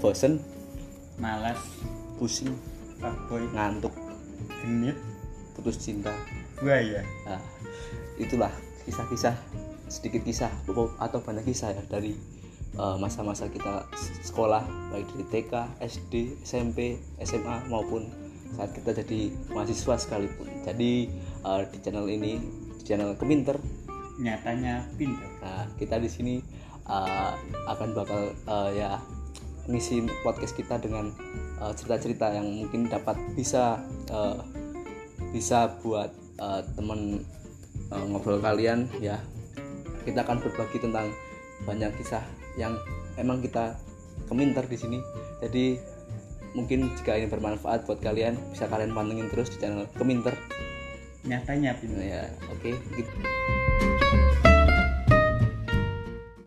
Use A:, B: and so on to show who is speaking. A: bosen
B: malas
A: pusing
B: fuckboy
A: ngantuk
B: genit
A: putus cinta
B: buaya
A: nah, itulah kisah-kisah sedikit kisah pokok- atau banyak kisah ya dari eh, masa-masa kita s- sekolah baik dari TK, SD, SMP, SMA maupun saat kita jadi mahasiswa sekalipun. Jadi eh, di channel ini di channel Keminter,
B: nyatanya pinter
A: nah kita di sini eh, akan bakal eh, ya ngisi podcast kita dengan eh, cerita-cerita yang mungkin dapat bisa eh, bisa buat eh, temen eh, ngobrol kalian ya kita akan berbagi tentang banyak kisah yang emang kita keminter di sini jadi mungkin jika ini bermanfaat buat kalian bisa kalian pantengin terus di channel keminter
B: nyatanya pinter
A: ya Nah, oke gitu.